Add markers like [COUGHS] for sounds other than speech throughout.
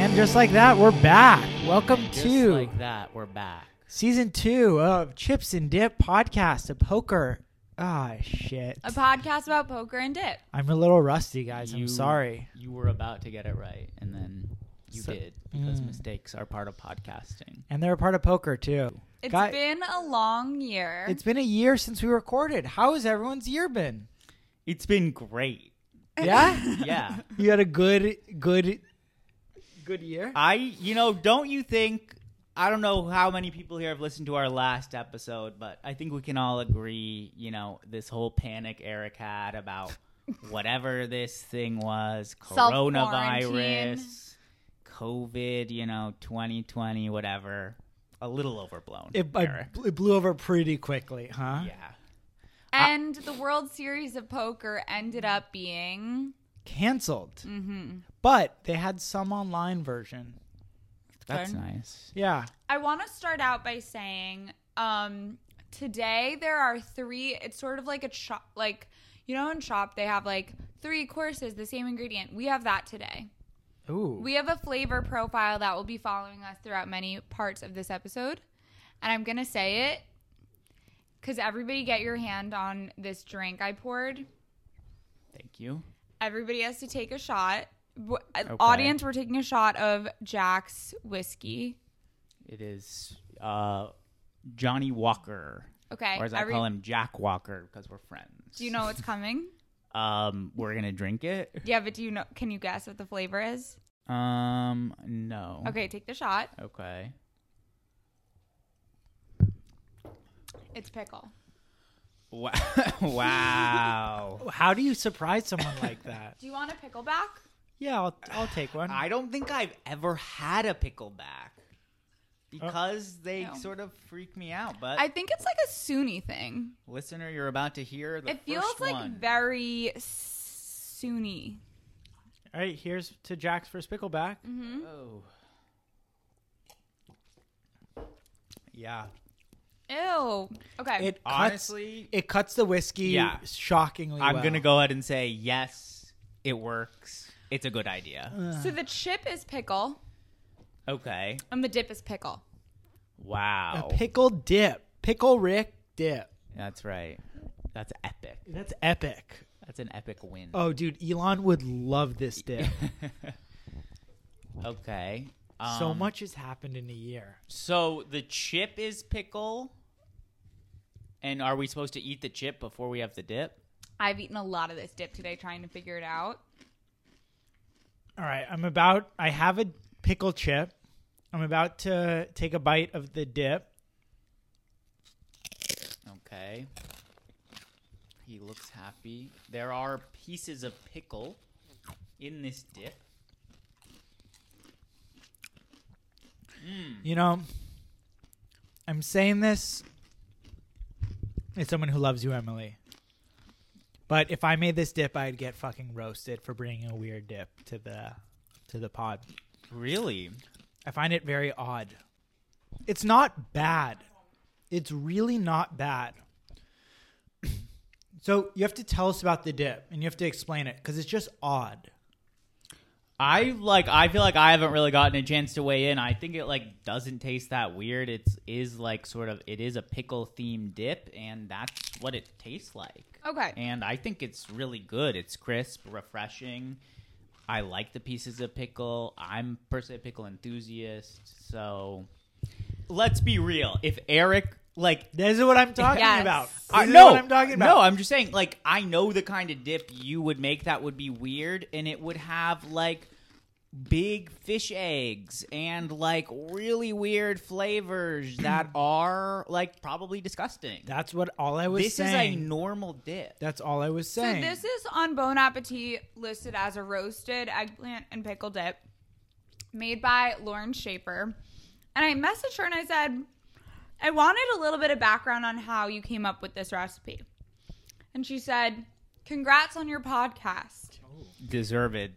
And just like that, we're back. Welcome Just to like that, we're back. season two of Chips and Dip podcast, a poker. Ah, shit. A podcast about poker and dip. I'm a little rusty, guys. You- I'm sorry. You were about to get it right, and then you So- did because Mm. mistakes are part of podcasting. And they're a part of poker too. It's Guy- been a long year. It's been a year since we recorded. How has everyone's year [LAUGHS] been? It's been great. Yeah, Yeah, you had a good, good, good year. [LAUGHS] I. You know, don't you think? I don't know how many people here have listened to our last episode, but I think we can all agree. You know, this whole panic Eric [LAUGHS] had about whatever this thing was, Self-quarantine. coronavirus, COVID. You know, twenty twenty, whatever. A little overblown. It, I, Eric. it blew over pretty quickly, huh? yeah. and the World Series of Poker ended up being Cancelled. Mm-hmm. But they had some online version. That's Fun. nice. Yeah. I want to start out by saying um, today there are three. It's sort of like a shop, like you know, in shop they have like three courses, the same ingredient. We have that today. Ooh. We have a flavor profile that will be following us throughout many parts of this episode, and I'm gonna say it because everybody get your hand on this drink I poured. Thank you. Everybody has to take a shot. W- uh, Audience, we're taking a shot of Jack's whiskey. It is uh, Johnny Walker, Okay. or as I every- call him, Jack Walker, because we're friends. Do you know what's coming? Um, we're gonna drink it. Yeah, but do you know? Can you guess what the flavor is? Um, no. Okay, take the shot. Okay. It's pickle. Wow. [LAUGHS] wow. How do you surprise someone [LAUGHS] like that? Do you want a pickle back? Yeah, I'll, I'll take one. I don't think I've ever had a pickleback because they No. sort of freak me out. But I think it's like a Sunni thing. listener, you're about to hear the It feels first like one. very Sunni. All right, here's to Jack's first pickleback. Oh. Yeah. Ew. Okay. It Honestly, cuts, it cuts the whiskey Yeah. shockingly. I'm well. gonna go ahead and say yes, it works. It's a good Uh, idea. so the chip is pickle Okay. and the dip is pickle. a Wow. pickle dip, pickle Rick dip. That's right. That's epic. That's epic. That's an epic win. Oh, dude, Elon would love [LAUGHS] this dip. okay. so um, much has happened in a year. So the chip is pickle. And are we supposed to eat the chip before we have the dip? I've eaten a lot of this dip today trying to figure it out. All right, I'm about. I have a pickle chip. I'm about to take a bite of the dip. Okay. He looks happy. There are pieces of pickle in this dip. You know, I'm saying this as someone who loves you, Emily. But if I made this dip, I'd get fucking roasted for bringing a weird dip to the to the pod. Really? I find it very odd. It's not bad. It's really not bad. So you have to tell us about the dip and you have to explain it because it's just odd. I like. I feel like I haven't really gotten a chance to weigh in. I think it like doesn't taste that weird. It's is like sort of. It is a pickle themed dip, and that's what it tastes like. Okay. And I think it's really good. It's crisp, refreshing. I like the pieces of pickle. I'm personally a pickle enthusiast, so let's be real. If Eric like This is what I'm talking Yes. about. This I- is no, what I'm talking about. No, I'm just saying, like, I know the kind of dip you would make that would be weird, and it would have, like, big fish eggs and, like, really weird flavors that are, like, probably disgusting. That's what all I was this saying. is a normal dip. That's all I was So saying. this is on Bon Appetit listed as a roasted eggplant and pickle dip made by Lauren Shaper. And I messaged her and I said, I wanted a little bit of background on how you came up with this recipe. And she said, Congrats on your podcast. Deserved.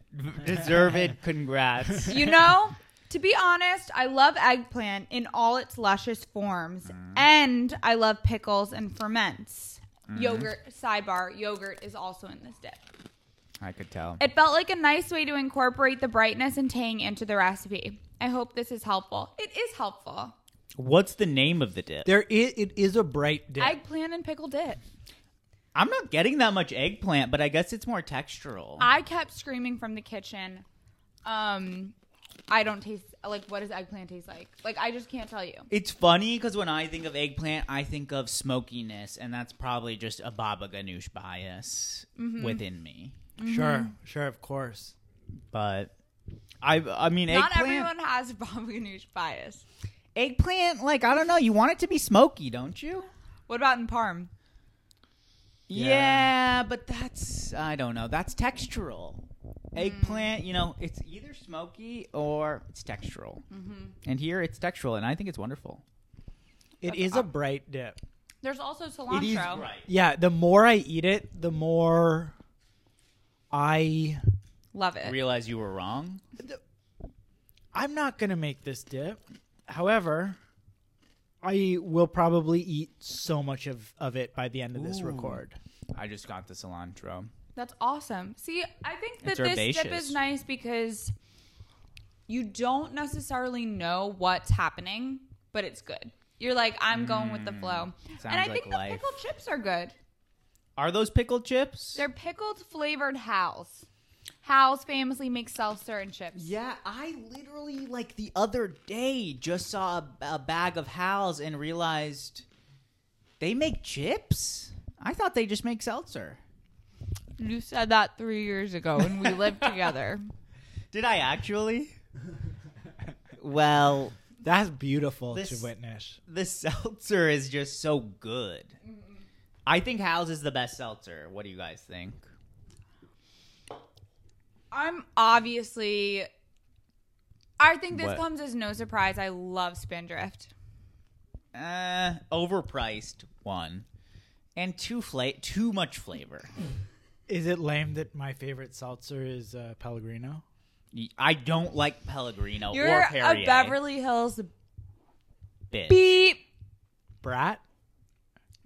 Deserved. Congrats. You know, to be honest, I love eggplant in all its luscious forms, and I love pickles and ferments. Yogurt, sidebar, yogurt is also in this dip. [LAUGHS] I could tell. It felt like a nice way to incorporate the brightness and tang into the recipe. I hope this is helpful. It is helpful. What's the name of the dip? There is it is a bright dip. Eggplant and pickle dip. I'm not getting that much eggplant, but I guess it's more textural. I kept screaming from the kitchen. Um, I don't taste like what does eggplant taste like? Like I just can't tell you. It's funny because when I think of eggplant, I think of smokiness, and that's probably just a Baba Ganoush bias Mm-hmm. within me. Sure, mm-hmm. sure, of course. But I, I mean, Not eggplant. everyone has [LAUGHS] a Baba Ganoush bias. eggplant, like I don't know. You want it to be smoky, don't you? What about in Parm? Yeah, but that's I don't know. That's textural. Mm. Eggplant, you know, it's either smoky or it's textural. Mm-hmm. And here it's textural, and I think it's wonderful. It is a bright dip. There's also cilantro. Yeah, the more I eat it, the more I Love it. Realize you were wrong. I'm not gonna make this dip. However, I will probably eat so much of, of it by the end of this Ooh. record. I just got the cilantro. That's awesome. See, I think that It's this dip herbaceous. is nice because you don't necessarily know what's happening, but it's good. You're like, I'm going with the flow. and I Mm, sounds like think the life. pickled chips are good. Are those pickled chips? They're pickled flavored Hal's. Hal's famously makes seltzer and chips. yeah, I literally like the other day just saw a, a bag of Hal's and realized they make chips. I thought they just make seltzer. You said that three years ago when we lived together. [LAUGHS] Did I actually? [LAUGHS] well, That's beautiful This- to witness. the seltzer is just so good. I think Hal's is the best seltzer. What do you guys think? I'm obviously. I think this What? comes as no surprise. I love Spindrift. Uh, overpriced one, and too fla- too much flavor. Is it lame that my favorite seltzer is uh, Pellegrino? Y- I don't like Pellegrino You're or a Perrier. Beverly Hills bitch. beep. Brat.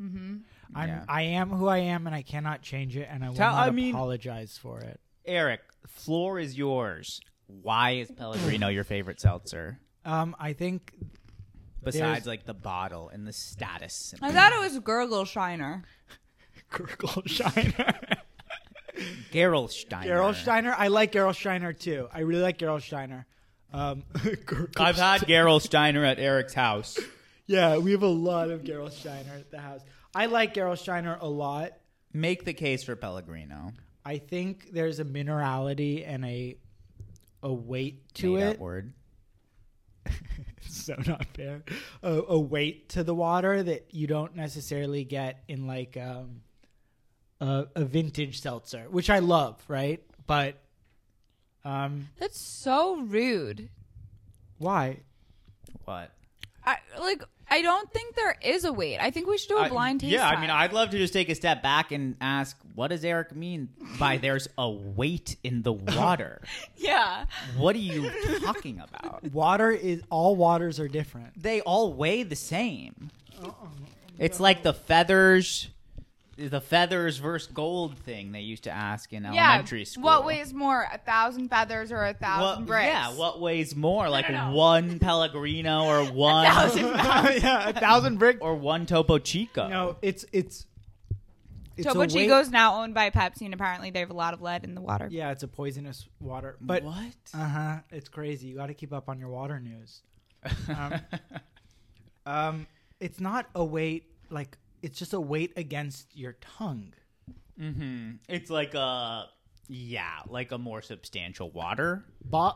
Mm-hmm. I'm Yeah. I am who I am, and I cannot change it, and I will Tell- not I mean- apologize for it. Eric, floor is yours. Why is Pellegrino your favorite seltzer? Um, I think [LAUGHS] Besides, There's- like the bottle and the status. symbol. I thought it was Gurgle Shiner. Gurgle Shiner. [LAUGHS] Gerolsteiner. Gerald Steiner. I like Gerald Steiner too. I really like Gerald Steiner. Um, [LAUGHS] Gurgle I've had Gerolsteiner at Eric's house. Yeah, we have a lot of Gerald Steiner at the house. I like Gerald Steiner a lot. Make the case for Pellegrino. I think there's a minerality and a a weight to Made it. up word. It's [LAUGHS] so not fair. A, a weight to the water that you don't necessarily get in like um, a, a vintage seltzer, which I love, right? But um, That's so rude. why? What? I like. I don't think there is a wait. I think we should do a blind taste. Yeah, I test. mean, I'd love to just take a step back and ask, what does Eric mean by "there's a weight in the [LAUGHS] water"? yeah. what are you talking about? Water is all waters are different. they all weigh the same. Uh-uh. It's like the feathers, the feathers versus gold thing they used to ask in elementary yeah. school. What weighs more, a thousand feathers or a thousand What- bricks? Yeah, what weighs more, like no, no. one Pellegrino [LAUGHS] or one [LAUGHS] yeah, a thousand brick. or one Topo Chico? No, it's it's. it's a Topo weight- Chico's now owned by Pepsi, and apparently they have a lot of lead in the water. Yeah, it's a poisonous water. But what? uh huh, it's crazy. You got to keep up on your water news. Um, um, it's not a weight like it's just a weight against your tongue. hmm [LAUGHS] It's like a yeah, like a more substantial water. Ba-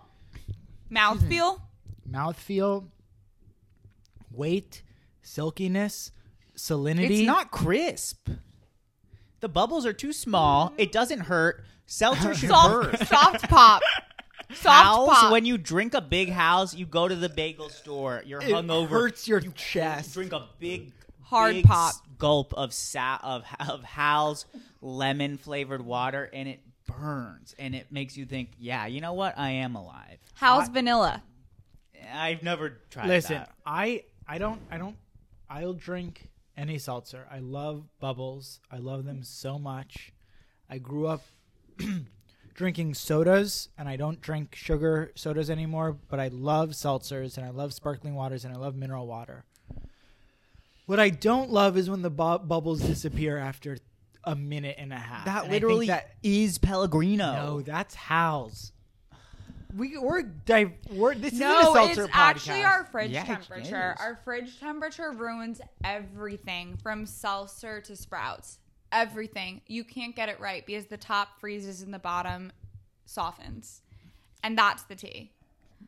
Mouthfeel. mouthfeel, weight, silkiness, salinity. It's not crisp. The bubbles are too small. It doesn't hurt. Seltzer should soft, burst. [LAUGHS] soft pop. Soft house, pop. when you drink a big house, you go to the bagel store. You're It hungover. hurts your you chest. Drink a big Hard big pop. s- gulp of sa- of of Hal's lemon flavored water, and it burns, and it makes you think, yeah, you know what? I am alive. How's vanilla? I've never tried. Listen, that. I I don't I don't I'll drink any seltzer. I love bubbles. I love them so much. I grew up [CLEARS THROAT] drinking sodas and I don't drink sugar sodas anymore, but I love seltzers and I love sparkling waters and I love mineral water. What I don't love is when the bu- bubbles disappear after a minute and a half. And I that think literally that is Pellegrino. no, that's Hal's. We we're dive. We're this is a No, it's seltzer podcast. actually our fridge Yeah, it temperature. is. Our fridge temperature ruins everything from seltzer to sprouts. Everything. You can't get it right because the top freezes and the bottom softens. And that's the tea.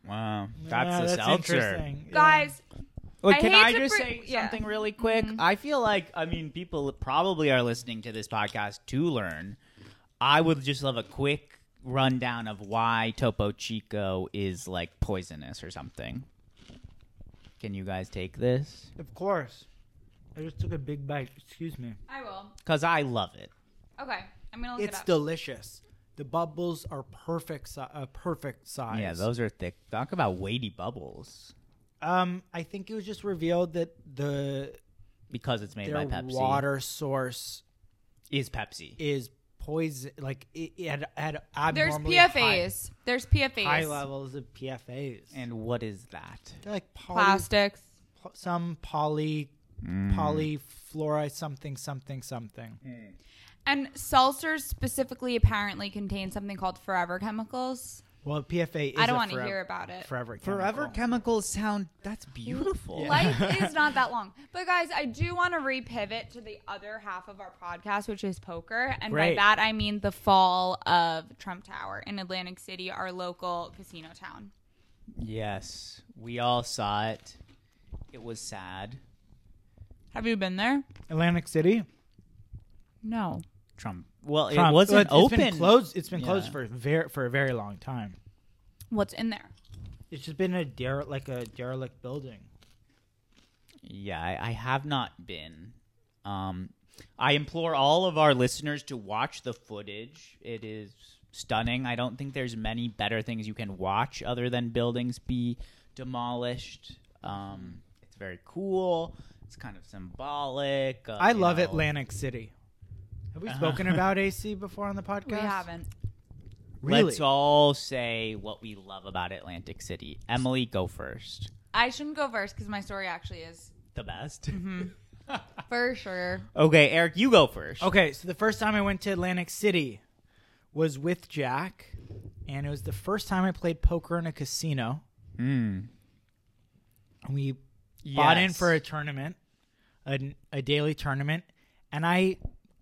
wow, that's Yeah, a seltzer. interesting. Yeah. Guys, Wait, I can hate I to just bring- say yeah. Mm-hmm. something really quick? I feel like I mean people probably are listening to this podcast to learn. I would just love a quick rundown of why Topo Chico is like poisonous or something. Can you guys take this? Of course. I just took a big bite. Excuse me. I will. Cuz I love it. Okay. I'm going to look It's it up. delicious. The bubbles are perfect, si- uh, perfect size. Yeah, those are thick. Talk about weighty bubbles Um, I think it was just revealed that the because it's made their by Pepsi. water source is Pepsi. is poison. Like it, it had, had There's abnormally PFAs. There's PFAs. high, high levels of PFAs and what is that? They're like poly, plastics. po- some poly, Mm. polyfluoride something something something. And seltzers specifically apparently contain something called forever chemicals. Well, PFA. Is I don't want wanna hear about it. Forever. Forever chemical. chemicals sound that's beautiful. [LAUGHS] [LAUGHS] Life is not that long. But guys, I do want to repivot to the other half of our podcast, which is poker. And Great. by that I mean the fall of Trump Tower in Atlantic City, our local casino town. Yes, we all saw it. It was sad. Have you been there? Atlantic City. No. Trump. Well, Trump. it wasn't Well, it's- open. It's been closed. It's been Yeah. closed for very for a very long time. What's in there? It's just been a dere- like a derelict building. Yeah, I, I have not been. Um, I implore all of our listeners to watch the footage. It is stunning. I don't think there's many better things you can watch other than buildings be demolished. Um, it's very cool. It's kind of symbolic. of, I you love know- Atlantic City. Have we Uh-huh. [LAUGHS] spoken about AC before on the podcast? We haven't. Really? Let's all say what we love about Atlantic City. Emily, go first. I shouldn't go first because my story actually is The best. [LAUGHS] Mm-hmm. [LAUGHS] for sure. Okay, Eric, you go first. Okay, so the first time I went to Atlantic City was with Jack, and it was the first time I played poker in a casino. And we bought in Hmm. Yes. for a tournament, a, a daily tournament, and I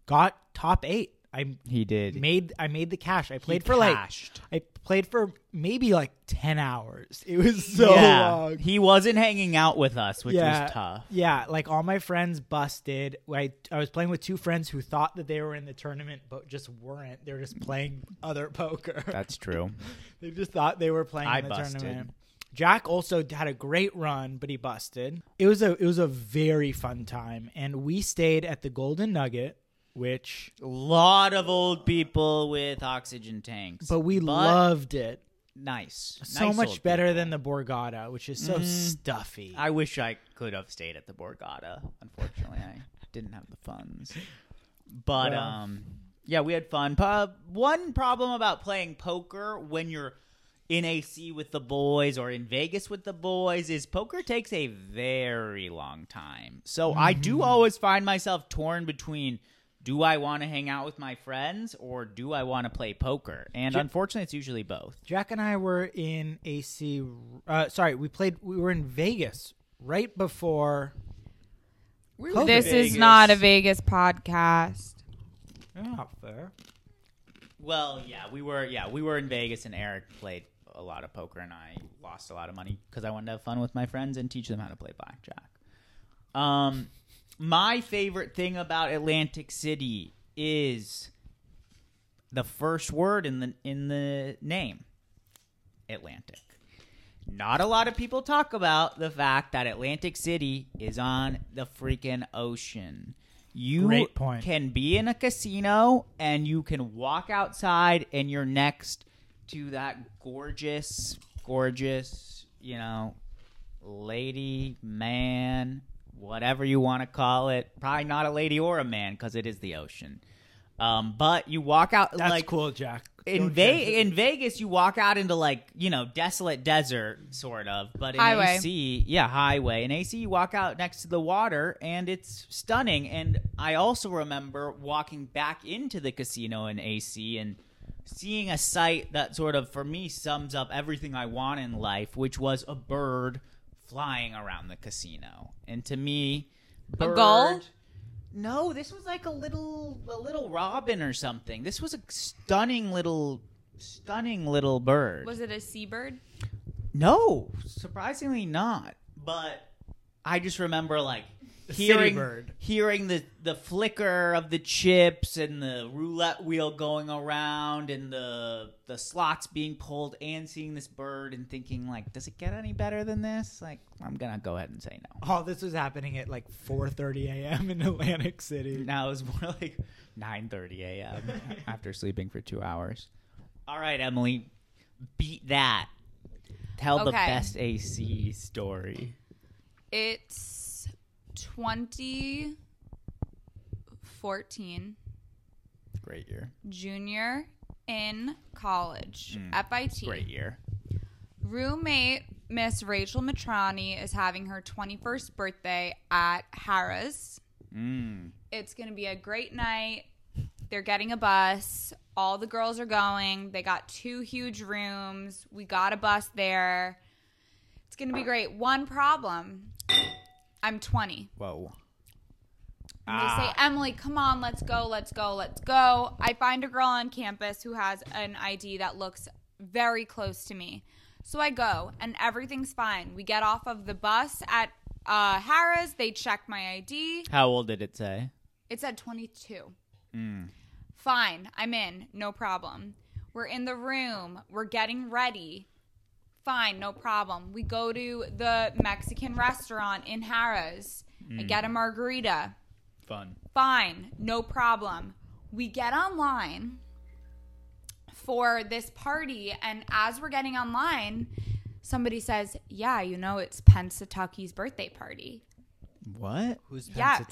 got top eight. I He did. made I made the cash. I played He for cashed. like I played for maybe like ten hours. It [LAUGHS] was so yeah. long. He wasn't hanging out with us, which yeah, was tough. Yeah, like all my friends busted. I I was playing with two friends who thought that they were in the tournament but just weren't. They were just playing other poker. That's true. [LAUGHS] they just thought they were playing I in the busted. tournament. Jack also had a great run, but he busted. It was a it was a very fun time, and we stayed at the Golden Nugget, which lot of old people with oxygen tanks. but we loved it. nice. so Nice much old better people. Mm-hmm. than the Borgata, which is so stuffy. I wish I could have stayed at the Borgata. [LAUGHS] Unfortunately, I didn't have the funds. But Well. um, yeah, we had fun. Pub one problem about playing poker when you're in AC with the boys or in Vegas with the boys is poker takes a very long time. So I Mm-hmm. do always find myself torn between do I want to hang out with my friends or do I want to play poker? And Ju- unfortunately, it's usually both. Jack and I were in AC. Uh, sorry, we played. We were in Vegas right before. were This is not a Vegas podcast. Not fair. Well, yeah, we were yeah we were in Vegas, and Eric played a lot of poker, and I lost a lot of money because I wanted to have fun with my friends and teach them how to play blackjack. Um, my favorite thing about Atlantic City is the first word in the in the name, Atlantic. Not a lot of people talk about the fact that Atlantic City is on the freaking ocean. You Great point. can be in a casino and you can walk outside and you're next to that gorgeous, gorgeous, you know, lady, man, whatever you want to call it. Probably not a lady or a man because it is the ocean. Um, but you walk out That's like cool, Jack. in, Don't Ve- judge [LAUGHS] in Vegas, you walk out into like you know desolate desert sort of, but in Highway. AC, yeah, highway. In AC, you walk out next to the water, and it's stunning. And I also remember walking back into the casino in AC and seeing a sight that sort of for me sums up everything I want in life, which was a bird flying around the casino. And to me, A bird, gull? no, this was like a little a little robin or something. This was a stunning little stunning little bird. Was it a seabird? no, surprisingly not. But I just remember like The city hearing bird. hearing the the flicker of the chips and the roulette wheel going around and the the slots being pulled and seeing this bird and thinking like does it get any better than this? Like I'm going to go ahead and say no. All Oh, this was happening at like 4:30 a.m. in [LAUGHS] Atlantic City. Now it was more [LAUGHS] like 9:30 a.m. [LAUGHS] after sleeping for two hours. All right, Emily, beat that. Tell the Okay. best AC story. It's 2014 Great year. junior in college, FIT. Mm. Great year. Roommate Miss Rachel Matrani is having her 21st birthday at Harris. Mm. It's going to be a great night. They're getting a bus. All the girls are going. They got two huge rooms. We got a bus there. It's going to be great. One problem I'm 20. Whoa. And they say, Emily, come on, let's go, let's go, let's go. I find a girl on campus who has an ID that looks very close to me. So I go, and everything's fine. We get off of the bus at uh, Harris. They check my ID. How old did it say? It said 22. Fine, I'm in, no problem. We're in the room, we're getting ready. Fine, no problem. We go to the Mexican restaurant in Harris. I get a margarita. Fun. Fine, no problem. We get online for this party, and as we're getting online, somebody says, Yeah, you know, it's Pensatucky's birthday party. What? Who's Yes,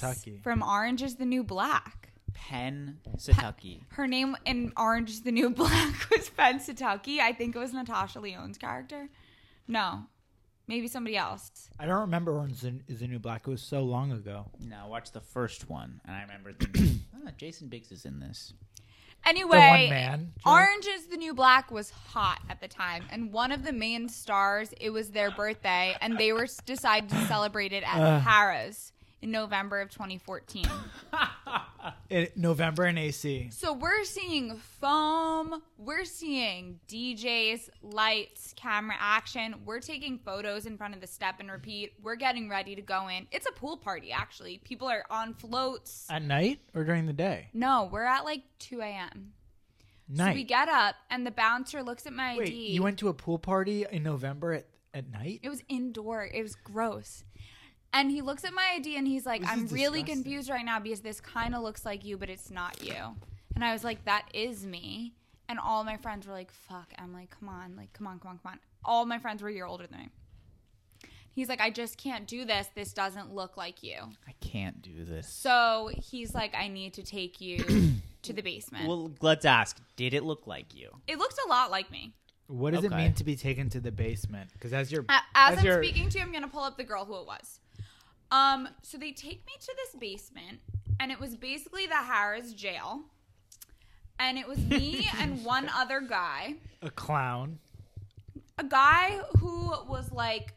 from Orange is the New Black. Penn Satucky. Her name in Orange is the New [LAUGHS] Black was Pensatucky. I think it was Natasha Leone's character. No, maybe somebody else. I don't remember Orange is the New Black. It was so long ago. No, I watched the first one, and I [COUGHS] remember thinking, oh, Jason Biggs is in this. Anyway, man joke? Orange is the New Black was hot at the time, and one of the main stars. It was their birthday, and they were s- decided to celebrate it at Uh. Harrah's in November of 2014. It, November in AC. So we're seeing foam, we're seeing DJs, lights, camera action. We're taking photos in front of the step and repeat. We're getting ready to go in. It's a pool party, actually. People are on floats. At night or during the day? No, we're at like 2 a.m. Night. So we get up, and the bouncer looks at my Wait, ID. you went to a pool party in November at, at night? It was indoor. It was gross. And he looks at my ID and he's like, This is I'm really disgusting. confused right now because this kind of looks like you, but it's not you. And I was like, that is me. And all my friends were like, fuck, Emily, come on. Like, come on, come on, come on. All my friends were a year older than me. He's like, I just can't do this. This doesn't look like you. I can't do this. So he's like, I need to take you [COUGHS] to the basement. Well, let's ask. Did it look like you? it looked a lot like me. What does Okay. it mean to be taken to the basement? Because as you're A- As, I'm you're- speaking to you, I'm gonna pull up the girl who it was. Um, so they take me to this basement, and it was basically the Harris jail. And it [LAUGHS] was me and one other guy, a clown, a guy who was like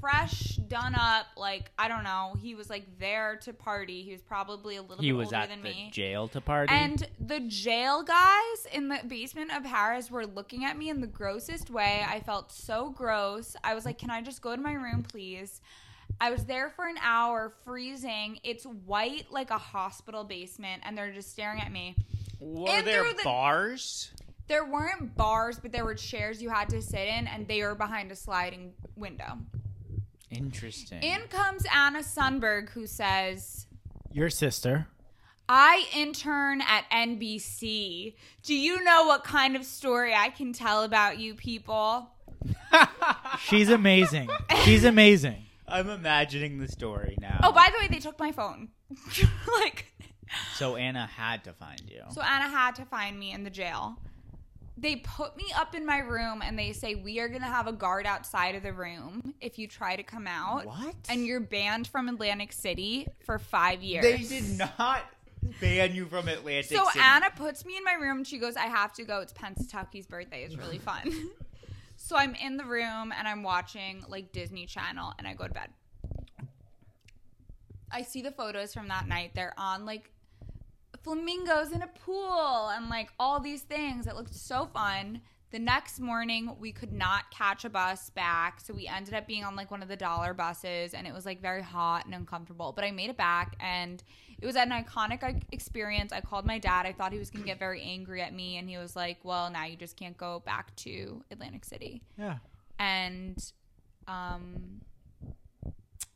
fresh, done up, like I don't know. He was like there to party. He was probably a little He bit was older at than the me. jail to party. And the jail guys in the basement of Harris were looking at me in the grossest way. I felt so gross. I was like, "Can I just go to my room, please?" I was there for an hour, freezing. It's white like a hospital basement, and they're just staring at me. Were And there through the- bars? There weren't bars, but there were chairs you had to sit in, and they were behind a sliding window. Interesting. In comes Anna Sundberg, who says, Your sister. I intern at NBC. Do you know what kind of story I can tell about you people? She's amazing. She's amazing. [LAUGHS] I'm imagining the story now. Oh, by the way, they took my phone. [LAUGHS] like, so Anna had to find you. so Anna had to find me in the jail. They put me up in my room and they say, We are going to have a guard outside of the room if you try to come out. What? And you're banned from Atlantic City for five years. they did not ban you from Atlantic So City. Anna puts me in my room. She goes, I have to go. It's Pensatucky's birthday. It's really fun. [LAUGHS] so I'm in the room and I'm watching like Disney Channel and I go to bed. I see the photos from that night. They're on like flamingos in a pool and like all these things. It looked so fun. The next morning, we could not catch a bus back. So we ended up being on like one of the dollar buses and it was like very hot and uncomfortable. But I made it back and it was an iconic like, experience. I called my dad. I thought he was going to get very angry at me. And he was like, well, now you just can't go back to Atlantic City. Yeah. And um,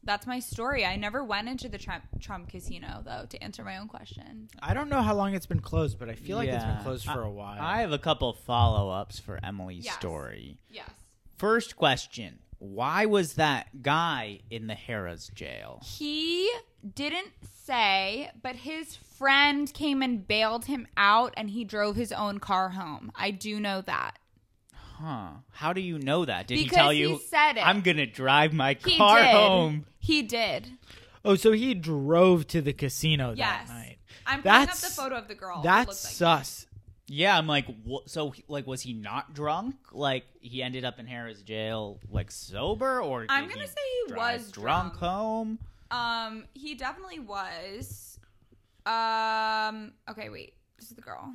that's my story. I never went into the Trump, Trump casino, though, to answer my own question. I don't know how long it's been closed, but I feel like it's Yeah. been closed for a while. I have a couple follow ups for Emily's Yes. story. Yes. First question Why was that guy in the Harrah's jail? He didn't say, but his friend came and bailed him out and he drove his own car home. I do know that. Huh. How do you know that? Did he Because tell he you? said it. I'm going to drive my He car did. home. He did. oh, so he drove to the casino Yes. that night. I'm pulling up the That's- photo of the girl. It That's looks like- sus. Yeah, I'm like, wha- so like, was he not drunk? Like, he ended up in Harris jail, like sober, or I'm did gonna he say he drive was drunk, drunk. home. Um, he definitely was. Um, okay, wait. This is the girl.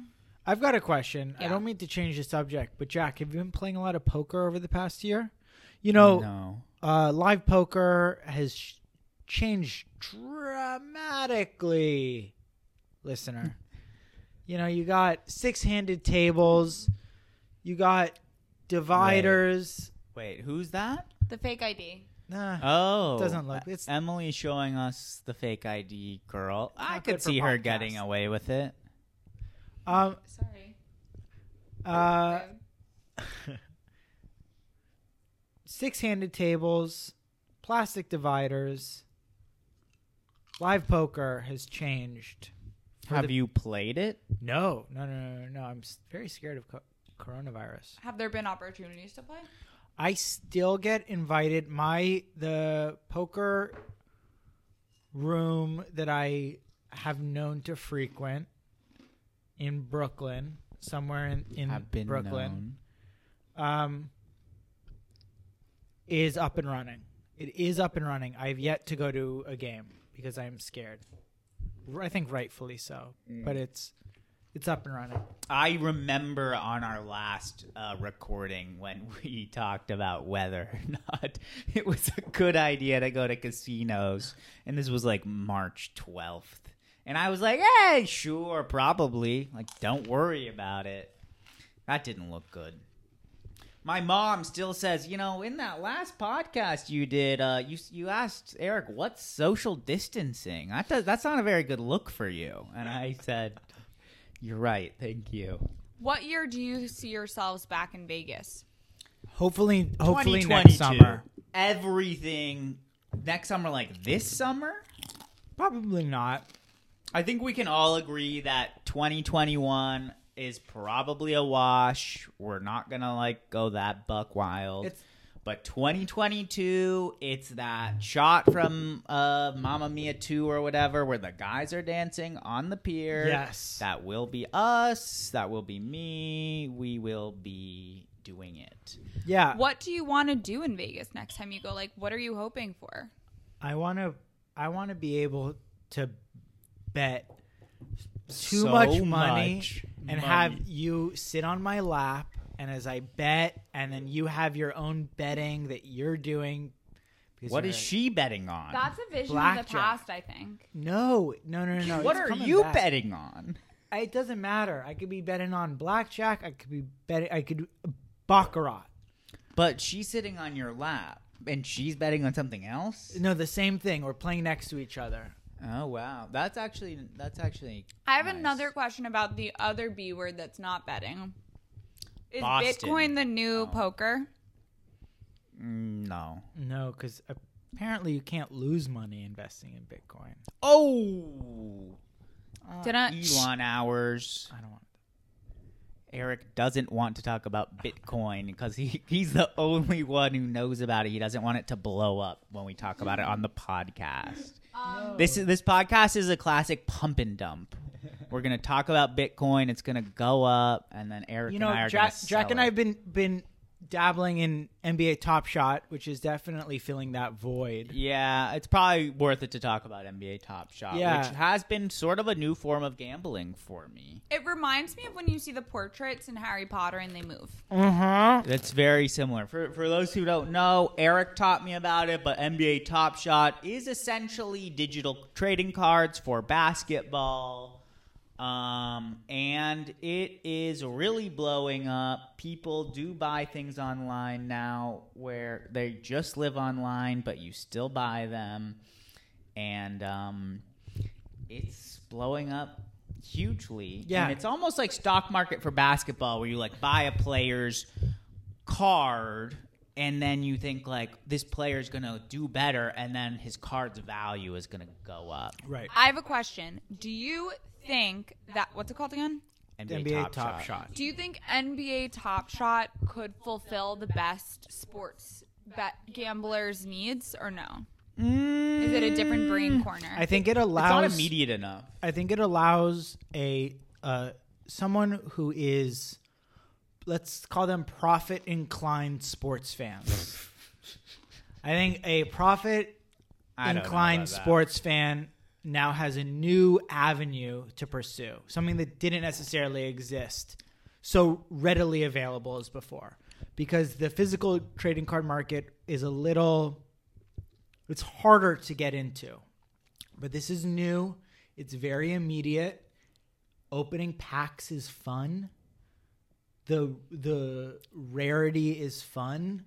I've got a question. I Yeah. don't mean to change the subject, but Jack, have you been playing a lot of poker over the past year? You know, no, uh, live poker has sh- changed dramatically, listener. you know, you got six handed tables, you got dividers. wait, who's that? The fake ID. Nah. Oh, Doesn't look- it's- Emily showing us the fake ID girl. I not could good for see her podcasts. getting away with it. Um, Sorry. uh, six handed tables, plastic dividers. Live poker has changed. For Have the- you played it? No, no, no, no, no, no. I'm s- very scared of co- coronavirus. Have there been opportunities to play? I still get invited. My the poker room that I have known to frequent in Brooklyn, somewhere in in I've been Brooklyn, known. um, is up and running. It is up and running. I've yet to go to a game because I am scared. R- I think rightfully so, Mm. but it's it's up and running. I remember on our last uh, recording when [LAUGHS] we talked about whether or [LAUGHS] not it was a good idea to go to casinos, and this was like March 12th. And I was like, hey, sure, probably. Like, don't worry about it. That didn't look good. My mom still says, you know, in that last podcast you did, uh, you you asked Eric what's social distancing. That does, that's not a very good look for you. And I said, you're right. Thank you. What year do you see yourselves back in Vegas? Hopefully, hopefully next 2022. summer. Everything next summer, like this summer. Probably not. I think we can all agree that 2021 is probably a wash. We're not gonna like go that buck wild. It's- but 2022, it's that shot from uh, Mamma Mia 2 or whatever, where the guys are dancing on the pier. Yes. that will be us. That will be me. We will be doing it. Yeah. What do you want to do in Vegas next time you go? Like, what are you hoping for? I want to I want to be able to bet too So much money much and money. have you sit on my lap and as I bet and then you have your own betting that you're doing because What you're is a- she betting on? That's a vision of Blackjack. the past, I think. No, no, no, no. no, what it's are coming you back. betting on? I- It doesn't matter. I could be betting on blackjack. I could be betting. I could baccarat. But she's sitting on your lap and she's betting on something else. No, the same thing. We're playing next to each other. Oh wow, that's actually that's actually. I have nice. another question about the other B word that's not betting. Is Boston. Oh. Bitcoin the new poker? Mm, No. No, because apparently you can't lose money investing in Bitcoin. Oh. Uh, Didn't- Elon hours. I don't want. Eric doesn't want to talk about Bitcoin because he, he's the only one who knows about it. He doesn't want it to blow up when we talk about it on the podcast. Oh. This is this podcast is a classic pump and dump. We're gonna talk about Bitcoin. It's gonna go up, and then Eric You know, and I are gonna Jack, Jack sell and it. I have been been dabbling in NBA Top Shot, which is definitely filling that void. Yeah, it's probably worth it to talk about NBA Top Shot, Yeah. which has been sort of a new form of gambling for me. It reminds me of when you see the portraits in Harry Potter and they move. Uh-huh. That's very similar. For for those who don't know, Eric taught me about it, but NBA Top Shot is essentially digital trading cards for basketball. Um, and it is really blowing up. People do buy things online now where they just live online, but you still buy them. And um, it's blowing up hugely. Yeah. And it's almost like stock market for basketball where you like buy a player's card and then you think like this player's gonna do better and then his card's value is gonna go up. Right. I have a question. Do you think that what's it called again? NBA, NBA Top, Shot. Do you think NBA Top Shot could fulfill the best sports bet gamblers' needs or no? Is it a different brain corner? Mm, I think it It's not allows. immediate enough. I think it allows a uh, someone who is, let's call them profit inclined sports fans. I think a profit I don't know inclined about that. sports fan now has a new avenue to pursue, something that didn't necessarily exist so readily available as before. Because the physical trading card market is a little, it's harder to get into. But this is new, it's very immediate. Opening packs is fun. The the rarity is fun.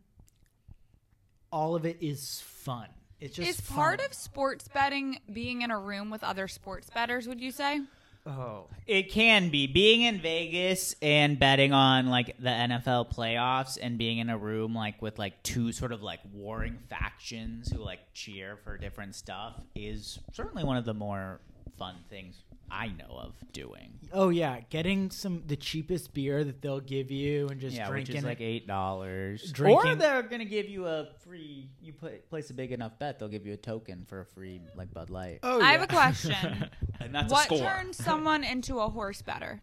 All of it is fun. It's just is part fun. of sports betting being in a room with other sports betters, would you say? Oh, It can be being in Vegas and betting on like the NFL playoffs and being in a room like with like two sort of like warring factions who like cheer for different stuff is certainly one of the more fun things I know of doing. oh yeah, getting some the cheapest beer that they'll give you and just yeah, drinking which is like it. eight dollars. Or Drinking- they're gonna give you a free. You put place a big enough bet, they'll give you a token for a free like Bud Light. Oh, I have a question. and [LAUGHS] that's what a score. [LAUGHS] turns someone into a horse better?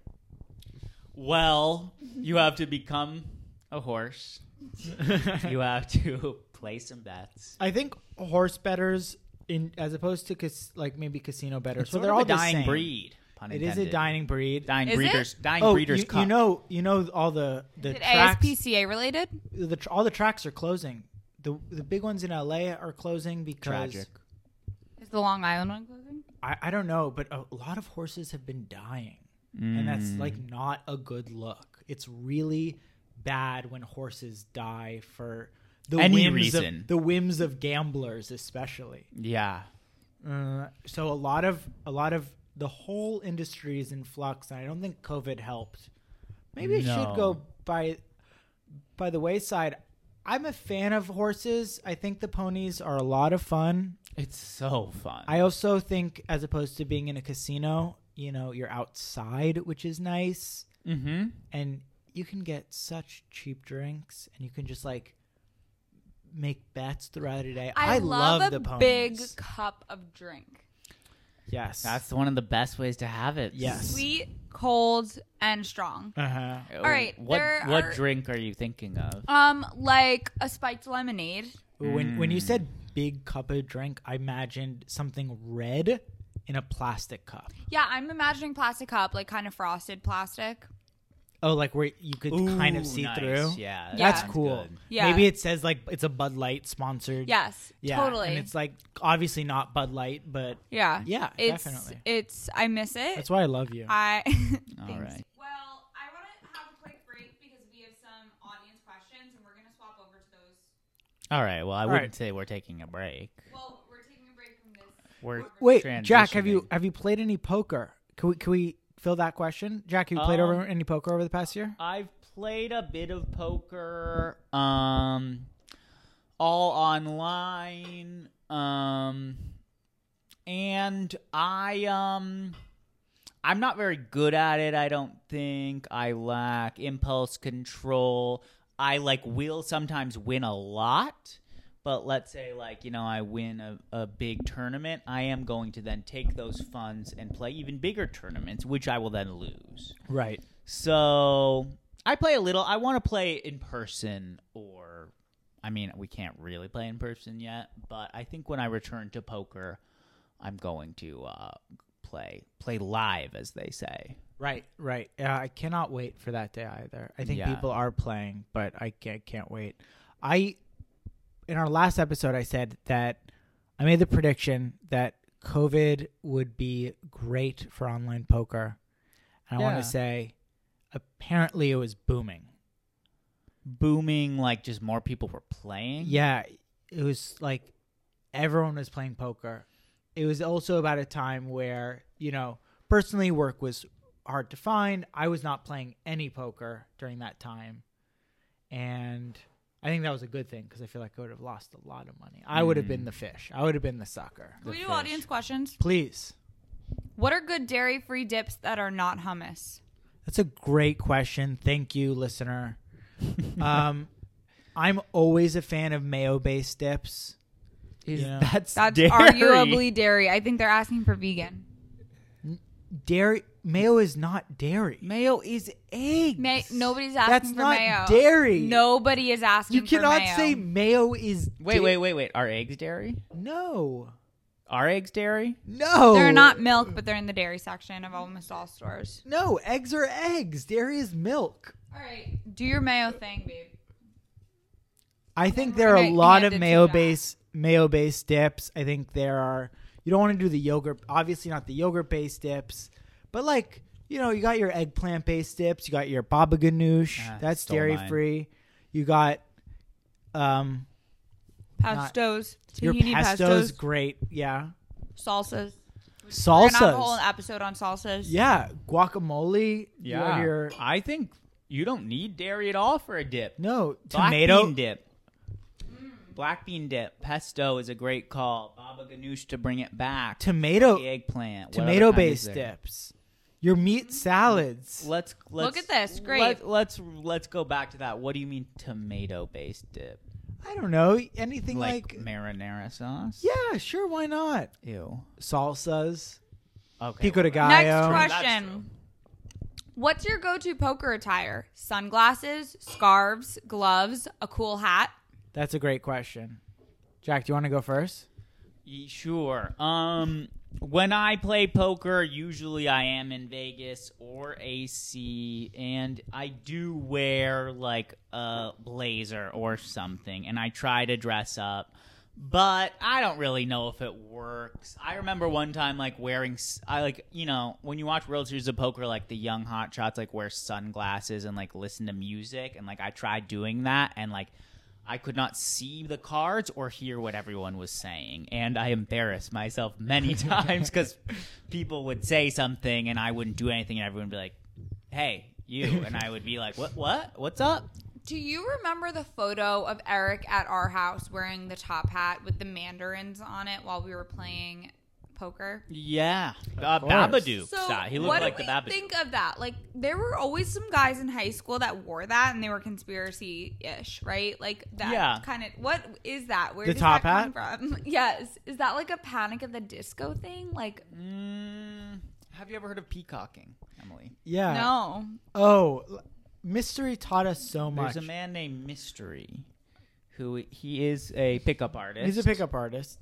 Well, you have to become [LAUGHS] a horse. you have to play some bets. I think horse betters in as opposed to cas- like maybe casino betters. So Sort they're of all a the dying same. breed. Pun It is a intended. dining breed. dying Is it? breeders. Dying oh, breeders. you, cup. you know, you know all the the Is it tracks. ASPCA related? The tr- all the tracks are closing. The the big ones in LA are closing because tragic. Is the Long Island one closing? I, I don't know, but a lot of horses have been dying. And that's Mm. like not a good look. It's really bad when horses die for the Any whims reason. of the whims of gamblers especially. Yeah. Uh, so a lot of a lot of the whole industry is in flux and I don't think COVID helped. Maybe it No. should go by by the wayside. I'm a fan of horses. I think the ponies are a lot of fun. It's so fun. I also think, as opposed to being in a casino, you know, you're outside, which is nice, mm-hmm. and you can get such cheap drinks, and you can just like make bets throughout the day. I, love, a the ponies. big cup of drink. yes, That's one of the best ways to have it. Yes. Sweet, cold, and strong. uh-huh. All right, Oh, What there what are- drink are you thinking of? Um, like a spiked lemonade. When when you said big cup of drink, I imagined something red in a plastic cup. Yeah, I'm imagining plastic cup, like kind of frosted plastic. Oh, like where you could kind of see nice. through. Yeah, that That's sounds cool. good. Yeah. Maybe it says like it's a Bud Light sponsored. Yes, Yeah. totally. And it's like obviously not Bud Light, but yeah, yeah, it's definitely. it's. I miss it. that's why I love you. I. [LAUGHS] All Thanks. right. Well, I want to have a quick break because we have some audience questions, and we're gonna swap over to those. All right. Well, I All wouldn't right. say we're taking a break. Well, we're taking a break from this. We're Wait, Jack, have you transitioning. have you played any poker? Can we can we fill that question? Jack, have you played Um, over any poker over the past year? I've played a bit of poker, um, all online, um, and I um, I'm not very good at it. I don't think I lack impulse control. I like will sometimes win a lot. But let's say, like, you know, I win a, a big tournament. I am going to then take those funds and play even bigger tournaments, which I will then lose. Right. So I play a little. I want to play in person, or I mean, we can't really play in person yet. But I think when I return to poker, I'm going to uh, play play live, as they say. Right, right. Uh, I cannot wait for that day either. I think Yeah. people are playing, but I can't can't wait. I in our last episode I said that I made the prediction that COVID would be great for online poker. And I want Yeah. to say apparently it was booming. Booming, like just more people were playing. Yeah, it was like everyone was playing poker. It was also about a time where, you know, personally work was hard to find. I was not playing any poker during that time. And I think that was a good thing because I feel like I would have lost a lot of money. I would have been the fish. I would have been the sucker. Can we do fish. audience questions? Please. What are good dairy-free dips that are not hummus? That's a great question. Thank you, listener. um, I'm always a fan of mayo based dips. Is- Yeah. that's That's dairy. arguably dairy. I think they're asking for vegan. Dairy mayo is not dairy. mayo is eggs. May- nobody's That's asking for not mayo. dairy. Nobody is asking. you for cannot mayo. say mayo is. Wait, wait, wait, wait. Are eggs dairy? No, Are eggs dairy? no. They're not milk, but they're in the dairy section of almost all stores. No, eggs are eggs. Dairy is milk. All right, do your mayo thing, babe. I think we're there are a gonna lot hand of it to mayo Jack. based mayo based dips. I think there are. You don't want to do the yogurt. Obviously, not the yogurt based dips, but like you know, you got your eggplant based dips. You got your baba ganoush. Ah, That's stole dairy mine. free. You got um Not- Pestos, your tahini pestos. Great, yeah. salsas. We're gonna have a whole Salsas, episode on salsas. yeah. Guacamole. You Yeah. have your- I think you don't need dairy at all for a dip. No, Black tomato bean dip. Black bean dip. Pesto is a great call. Baba ganoush to bring it back. tomato the eggplant. What other tomato kind is based there? dips. Your meat salads. Let's, let's Look at this. Great. Let, let's let's go back to that. What do you mean tomato based dip? I don't know anything Like, like, marinara sauce? yeah, sure, why not? Ew. Salsas, Okay. pico de well, gallo. Next that's true. question. What's your go-to poker attire? Sunglasses, scarves, gloves, a cool hat. That's a great question. Jack, do you want to go first? Ye- Sure. Um, when I play poker, usually I am in Vegas or AC, and I do wear like a blazer or something, and I try to dress up. But I don't really know if it works. I remember one time like wearing, s- I like you know when you watch World Series of Poker, like the young hot shots like wear sunglasses and like listen to music, and like I tried doing that, and like I could not see the cards or hear what everyone was saying, and I embarrassed myself many times because people would say something and I wouldn't do anything, and everyone would be like, "Hey, you," and I would be like, "What? What? What's up?" Do you remember the photo of Eric at our house wearing the top hat with the mandarins on it while we were playing poker? Yeah, uh, course. Babadook style. He looked what like do the we Babadook. think of that? Like, there were always some guys in high school that wore that, and they were conspiracy-ish, right? Like that Yeah. kind of. What is that? Where The does top that come from? [LAUGHS] yes, is that like a Panic of the Disco thing? Like, Mm, have you ever heard of peacocking, Emily? Yeah. no, Oh, l- mystery taught us so much. There's a man named Mystery, who he is a pickup artist. He's a pickup artist.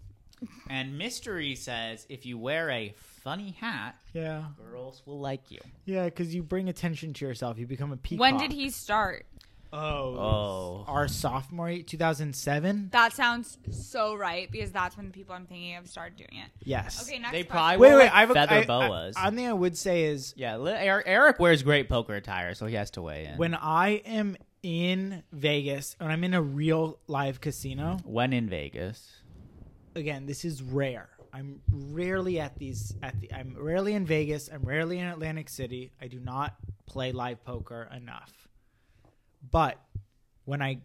And Mystery says if you wear a funny hat, Yeah, girls will like you. yeah, because you bring attention to yourself. You become a peacock. When did he start? Oh, Oh. our sophomore year, 2007. That sounds so right because that's when the people I'm thinking of started doing it. Yes. Okay, next. They question. probably Wait, wore, wait. like, I have a, feather I- I- boas. one thing I would say is yeah, li- Eric, Eric wears great poker attire, so he has to weigh in. when I am in Vegas and I'm in a real live casino. when in Vegas, Again, this is rare. I'm rarely at these. At the, I'm rarely in Vegas. I'm rarely in Atlantic City. I do not play live poker enough. But when I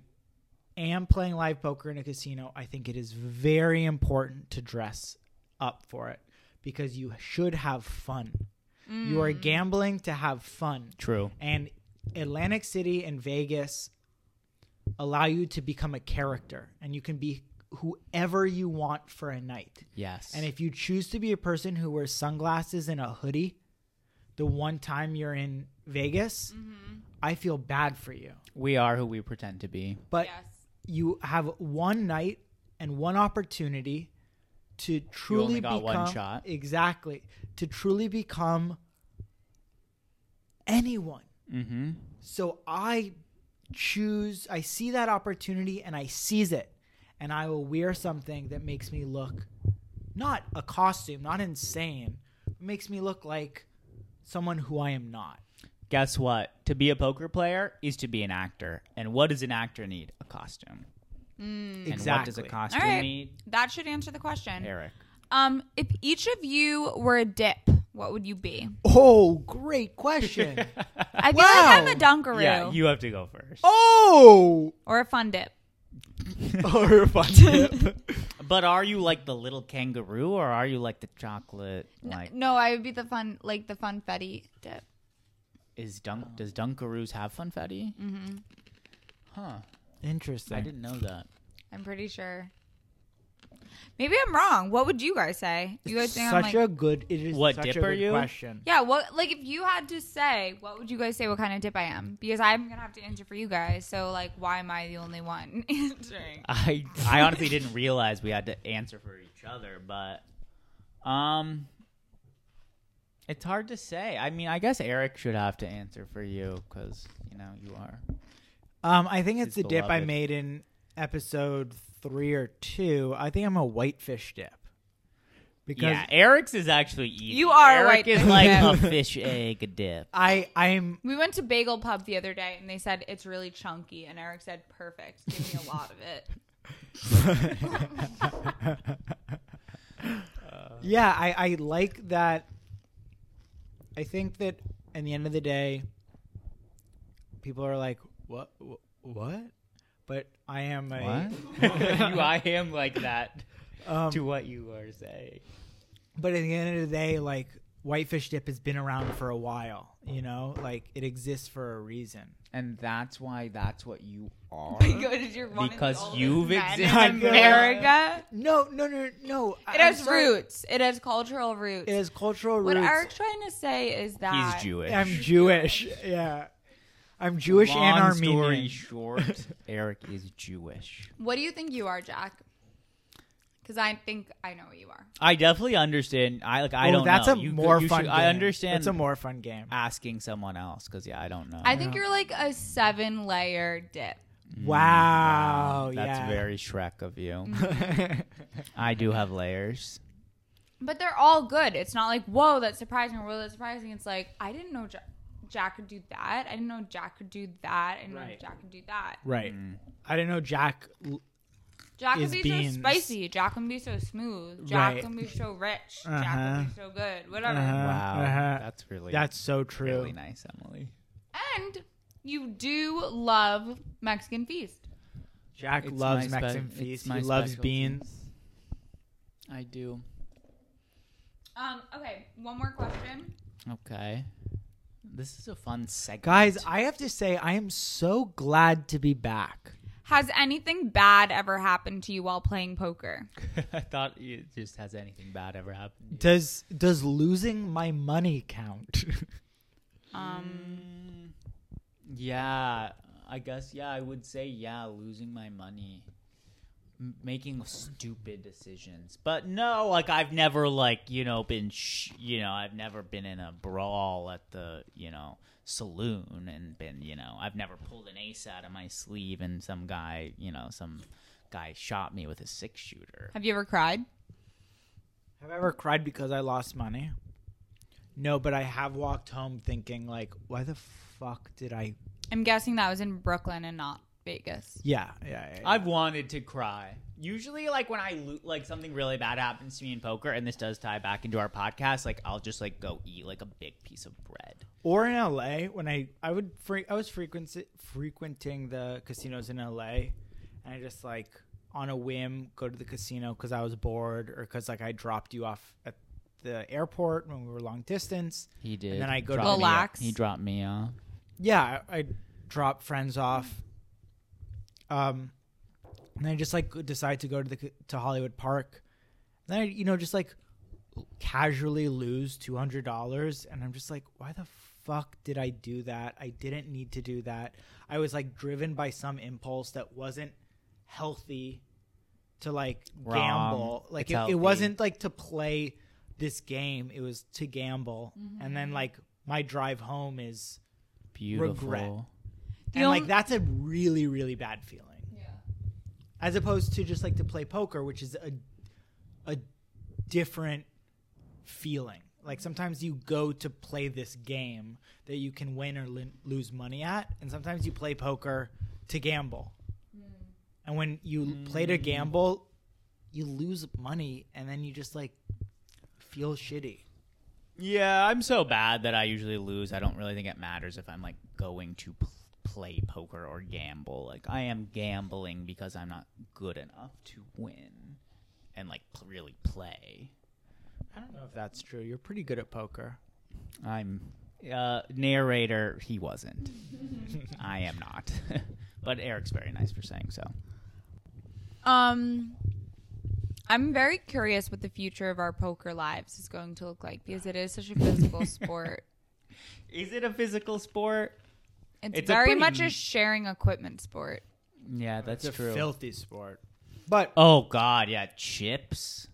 am playing live poker in a casino, I think it is very important to dress up for it because you should have fun. You are gambling to have fun. true. And Atlantic City and Vegas allow you to become a character and you can be whoever you want for a night. Yes, And if you choose to be a person who wears sunglasses and a hoodie the one time you're in Vegas, I feel bad for you. we are who we pretend to be. But Yes. you have one night and one opportunity to truly got one become shot. exactly to truly become anyone Mm-hmm. so i choose i see that opportunity and i seize it and i will wear something that makes me look not a costume not insane but makes me look like someone who i am not Guess what? To be a poker player is to be an actor. And what does an actor need? A costume. And what does a exactly costume All right. need? That should answer the question. Eric. Um, if each of you were a dip, what would you be? oh great question [LAUGHS] I feel like I'm Wow. a Dunkaroo Yeah, you have to go first. oh or a fun dip. [LAUGHS] or if I- [LAUGHS] But are you like the little kangaroo or are you like the chocolate? Like, No, I would be the fun, like the funfetti dip. is dunk? Does Dunkaroos have funfetti? Mm-hmm. Huh. interesting I didn't know that. I'm pretty sure. Maybe I'm wrong. What would you guys say? You guys think I'm such like, a good it is What such dip a are good you? question yeah? What like if you had to say, what would you guys say? What kind of dip I am? Because I'm gonna have to answer for you guys. So like, why am I the only one [LAUGHS] answering? I [LAUGHS] I honestly didn't realize we had to answer for each other, but um, it's hard to say. I mean, I guess Eric should have to answer for you because you know you are. Um, I think it's His the dip I beloved. made in episode three or two. I think I'm a whitefish dip because Yeah, Eric's is actually easy. You are Eric white is fish like dip. a fish egg dip. I I'm We went to Bagel Pub the other day, and they said it's really chunky, and Eric said, "Perfect, give me a lot of it." [LAUGHS] yeah I I like that. I think that in the end of the day, people are like, "What? wh- What?" But I am a [LAUGHS] you, I am like that um, to what you are saying. but at the end of the day, like whitefish dip has been around for a while. You know, like it exists for a reason. And that's why that's what you are. because you're one of the Because oldest you've men in existed. America. No, no, no, no. I- I'm It has sorry. roots. It has cultural roots. It has cultural what roots. Eric's trying to say is that He's Jewish. I'm Jewish. Yeah. I'm Jewish Long and story Armenian. short, Eric is Jewish. What do you think you are, Jack? Because I think I know what you are. I definitely understand. I like. I oh, don't. that's know. a You- more you fun should- game. I understand. It's a more fun game. asking someone else because yeah, I don't know. I think you're like a seven layer dip. wow. Mm, That's yeah. very Shrek of you. Mm. [LAUGHS] I do have layers. But they're all good. It's not like, whoa, that's surprising or whoa, that's surprising. It's like, I didn't know Jack, Jack could do that. I didn't know Jack could do that. I didn't know Right. Jack could do that. right. Mm. I didn't know Jack. l- Jack can Is be beans. so spicy. Jack can be so smooth. Jack Right. can be so rich. Jack Uh-huh. can be so good. Whatever. Uh-huh. Wow, uh-huh. that's really That's so true. really nice, Emily. And you do love Mexican feast. Jack It's loves my spe- Mexican it's feast. my He loves specialty. beans. I do. Um, okay, one more question. Okay, this is a fun segment, [LAUGHS] Guys, I have to say, I am so glad to be back. Has anything bad ever happened to you while playing poker? I thought it just has anything bad ever happened. to you. Does does losing my money count? [LAUGHS] Um, Yeah, I guess yeah. I would say yeah. Losing my money m- making stupid decisions. But no, like I've never like you know been sh- you know I've never been in a brawl at the you know saloon and been you know I've never pulled an ace out of my sleeve and some guy you know some guy shot me with a six shooter. Have you ever cried? Have I ever cried because I lost money? No, but I have walked home thinking like, why the fuck did I? I'm guessing that was in Brooklyn and not Vegas. Yeah, yeah. yeah, yeah. I've wanted to cry. Usually, like when I lo- like something really bad happens to me in poker, and this does tie back into our podcast. Like I'll just like go eat like a big piece of bread. or in LA when I I would fre- I was frequent frequenting the casinos in LA, and I just like on a whim go to the casino because I was bored or because like I dropped you off at the airport when we were long distance. He did. then I go to- Dropped me off. Relax. He dropped me off. Yeah, I, I drop friends off. Um, and then I just like decide to go to the ca- to Hollywood Park. And then I you know just like casually lose two hundred dollars, and I'm just like, why the fuck did I do that? I didn't need to do that. I was like driven by some impulse that wasn't healthy to like Wrong. gamble. Like It's it, healthy. it wasn't like to play this game. It was to gamble, and then like my drive home is Beautiful. The and only- like that's a really really bad feeling as opposed to just like to play poker which is a a different feeling like sometimes you go to play this game that you can win or lin- lose money at and sometimes you play poker to gamble and when you play to gamble you lose money and then you just like feel shitty Yeah, I'm so bad that I usually lose. I don't really think it matters if I'm like going to pl- play poker or gamble. Like I am gambling because I'm not good enough to win and like p- really play. i don't know if that's true you're pretty good at poker I'm uh, narrator. He wasn't. [LAUGHS] I am not. [LAUGHS] but Eric's very nice for saying so. Um, I'm very curious what the future of our poker lives is going to look like because it is such a [LAUGHS] physical sport. Is it a physical sport? It's, It's a very pretty- much a sharing equipment sport. Yeah, that's it's a true. filthy sport but oh God, yeah, chips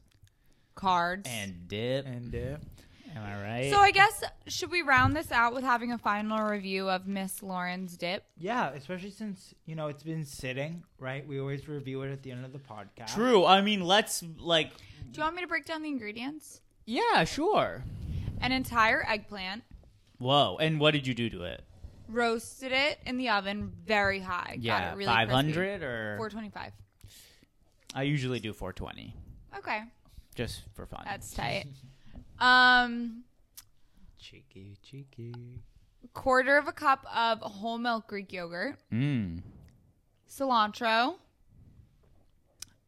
Cards. and dip. and uh, Am I right? so I guess should we round this out with having a final review of Miss Lauren's dip? Yeah, especially since you know it's been sitting, right? We always review it at the end of the podcast. True. I mean, let's like. Do you want me to break down the ingredients? Yeah, sure. An entire eggplant, Whoa! And what did you do to it? roasted it in the oven very high. Yeah, Got it really five hundred Four or twenty-five. I usually do four twenty Okay, just for fun. that's tight. um, Cheeky, cheeky. quarter of a cup of whole milk Greek yogurt, mm. cilantro,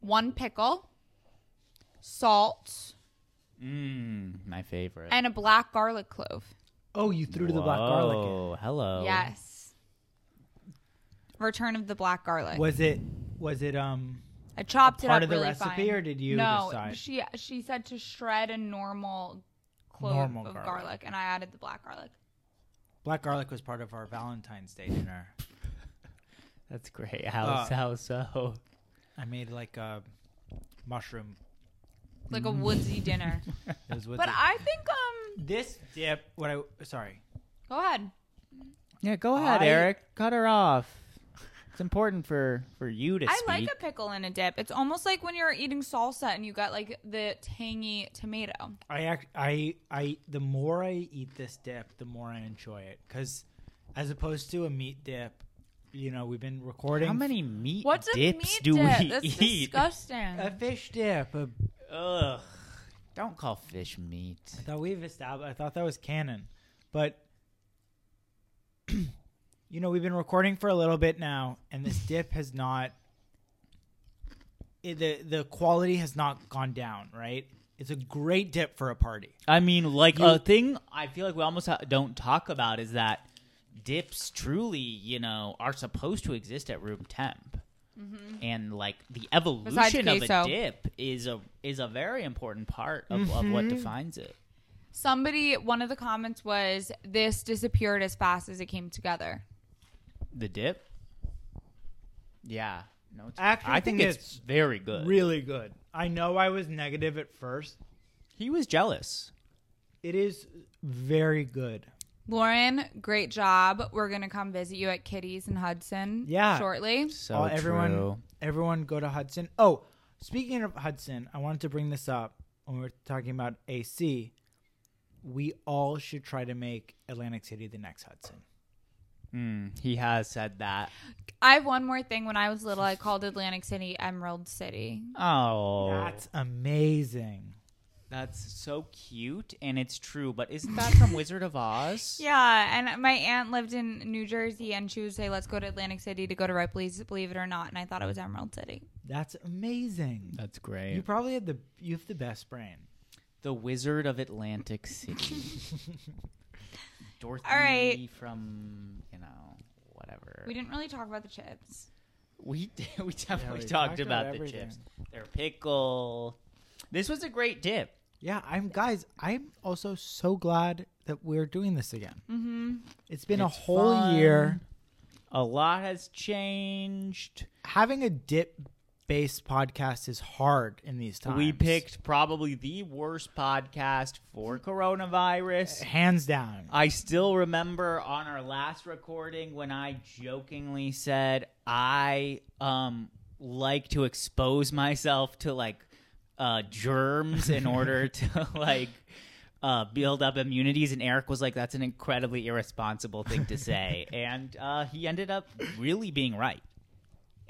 one pickle, salt, Mm, my favorite. and a black garlic clove. Oh, you threw the black garlic. Whoa, Hello. Yes. Return of the black garlic. In. Was it? Was it? Um. I chopped it part up of the really recipe, fine. or did you No, decide? she she said to shred a normal clove Normal of garlic. garlic. and I added the black garlic. Black garlic was part of our Valentine's Day dinner. That's great. [LAUGHS] How Uh, how so? I made like a mushroom. Like a woodsy [LAUGHS] dinner. It was with But the- I think um this dip. What I sorry. go ahead. Yeah, go ahead, I- Eric. Cut her off. It's important for for you to I like a pickle in a dip. It's almost like when you're eating salsa and you got like the tangy tomato. I act. I. I. The more I eat this dip, the more I enjoy it. Because, as opposed to a meat dip, you know, we've been recording. How many meat What's dips a meat do dip? we That's eat? Uh, disgusting. A fish dip. A Ugh. Don't call fish meat. thought we've established. I thought that was canon, but [CLEARS THROAT] you know we've been recording for a little bit now, and this dip has not. It, the the quality has not gone down. Right, it's a great dip for a party. I mean, like You- a thing I feel like we almost ha- don't talk about is that dips truly, you know, are supposed to exist at room temp. And like the evolution of a Mm-hmm. queso. dip is a is a very important part of, of what defines it. Somebody one of the comments was this disappeared as fast as it came together. The dip? Yeah. No, it's, Actually, I think it's very good. really good. I know I was negative at first. He was jealous. It is very good. Lauren, great job. We're gonna come visit you at Kitty's in Hudson. Yeah. shortly. So All- Oh, everyone, true. everyone, go to Hudson. Oh, speaking of Hudson, I wanted to bring this up when we were talking about AC. We all should try to make Atlantic City the next Hudson. Mm, he has said that. I have one more thing. When I was little, I called Atlantic City Emerald City. Oh, That's amazing. That's so cute, and it's true. But isn't that [LAUGHS] from Wizard of Oz? Yeah, and my aunt lived in New Jersey, and she would say, "Let's go to Atlantic City to go to Ripley's, believe it or not." And I thought it was Emerald City. That's amazing. That's great. You probably have the you have the best brain. the Wizard of Atlantic City. [LAUGHS] Dorothy All right. from you know whatever. We didn't really talk about the chips. We [LAUGHS] d- we definitely we talked, talked about, about the everything. chips. Their pickle. This was a great dip. Yeah, I'm guys. I'm also so glad that we're doing this again. Mm-hmm. It's been It's a whole fun. year. A lot has changed. Having a dip based podcast is hard in these times. We picked probably the worst podcast for coronavirus. hands down. I still remember on our last recording when I jokingly said I um like to expose myself to like uh germs in order to like uh build up immunities and Eric was like that's an incredibly irresponsible thing to say and uh he ended up really being right.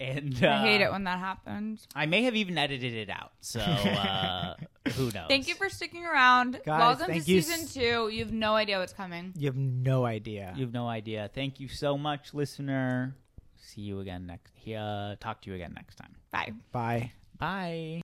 And uh, I hate it when that happens. I may have even edited it out. So uh who knows. [LAUGHS] Thank you for sticking around. Guys, Welcome to thank you season s- two. You have no idea what's coming. You have no idea. You have no idea. Thank you so much, listener. See you again next. Uh, talk to you again next time. Bye. Bye. Bye.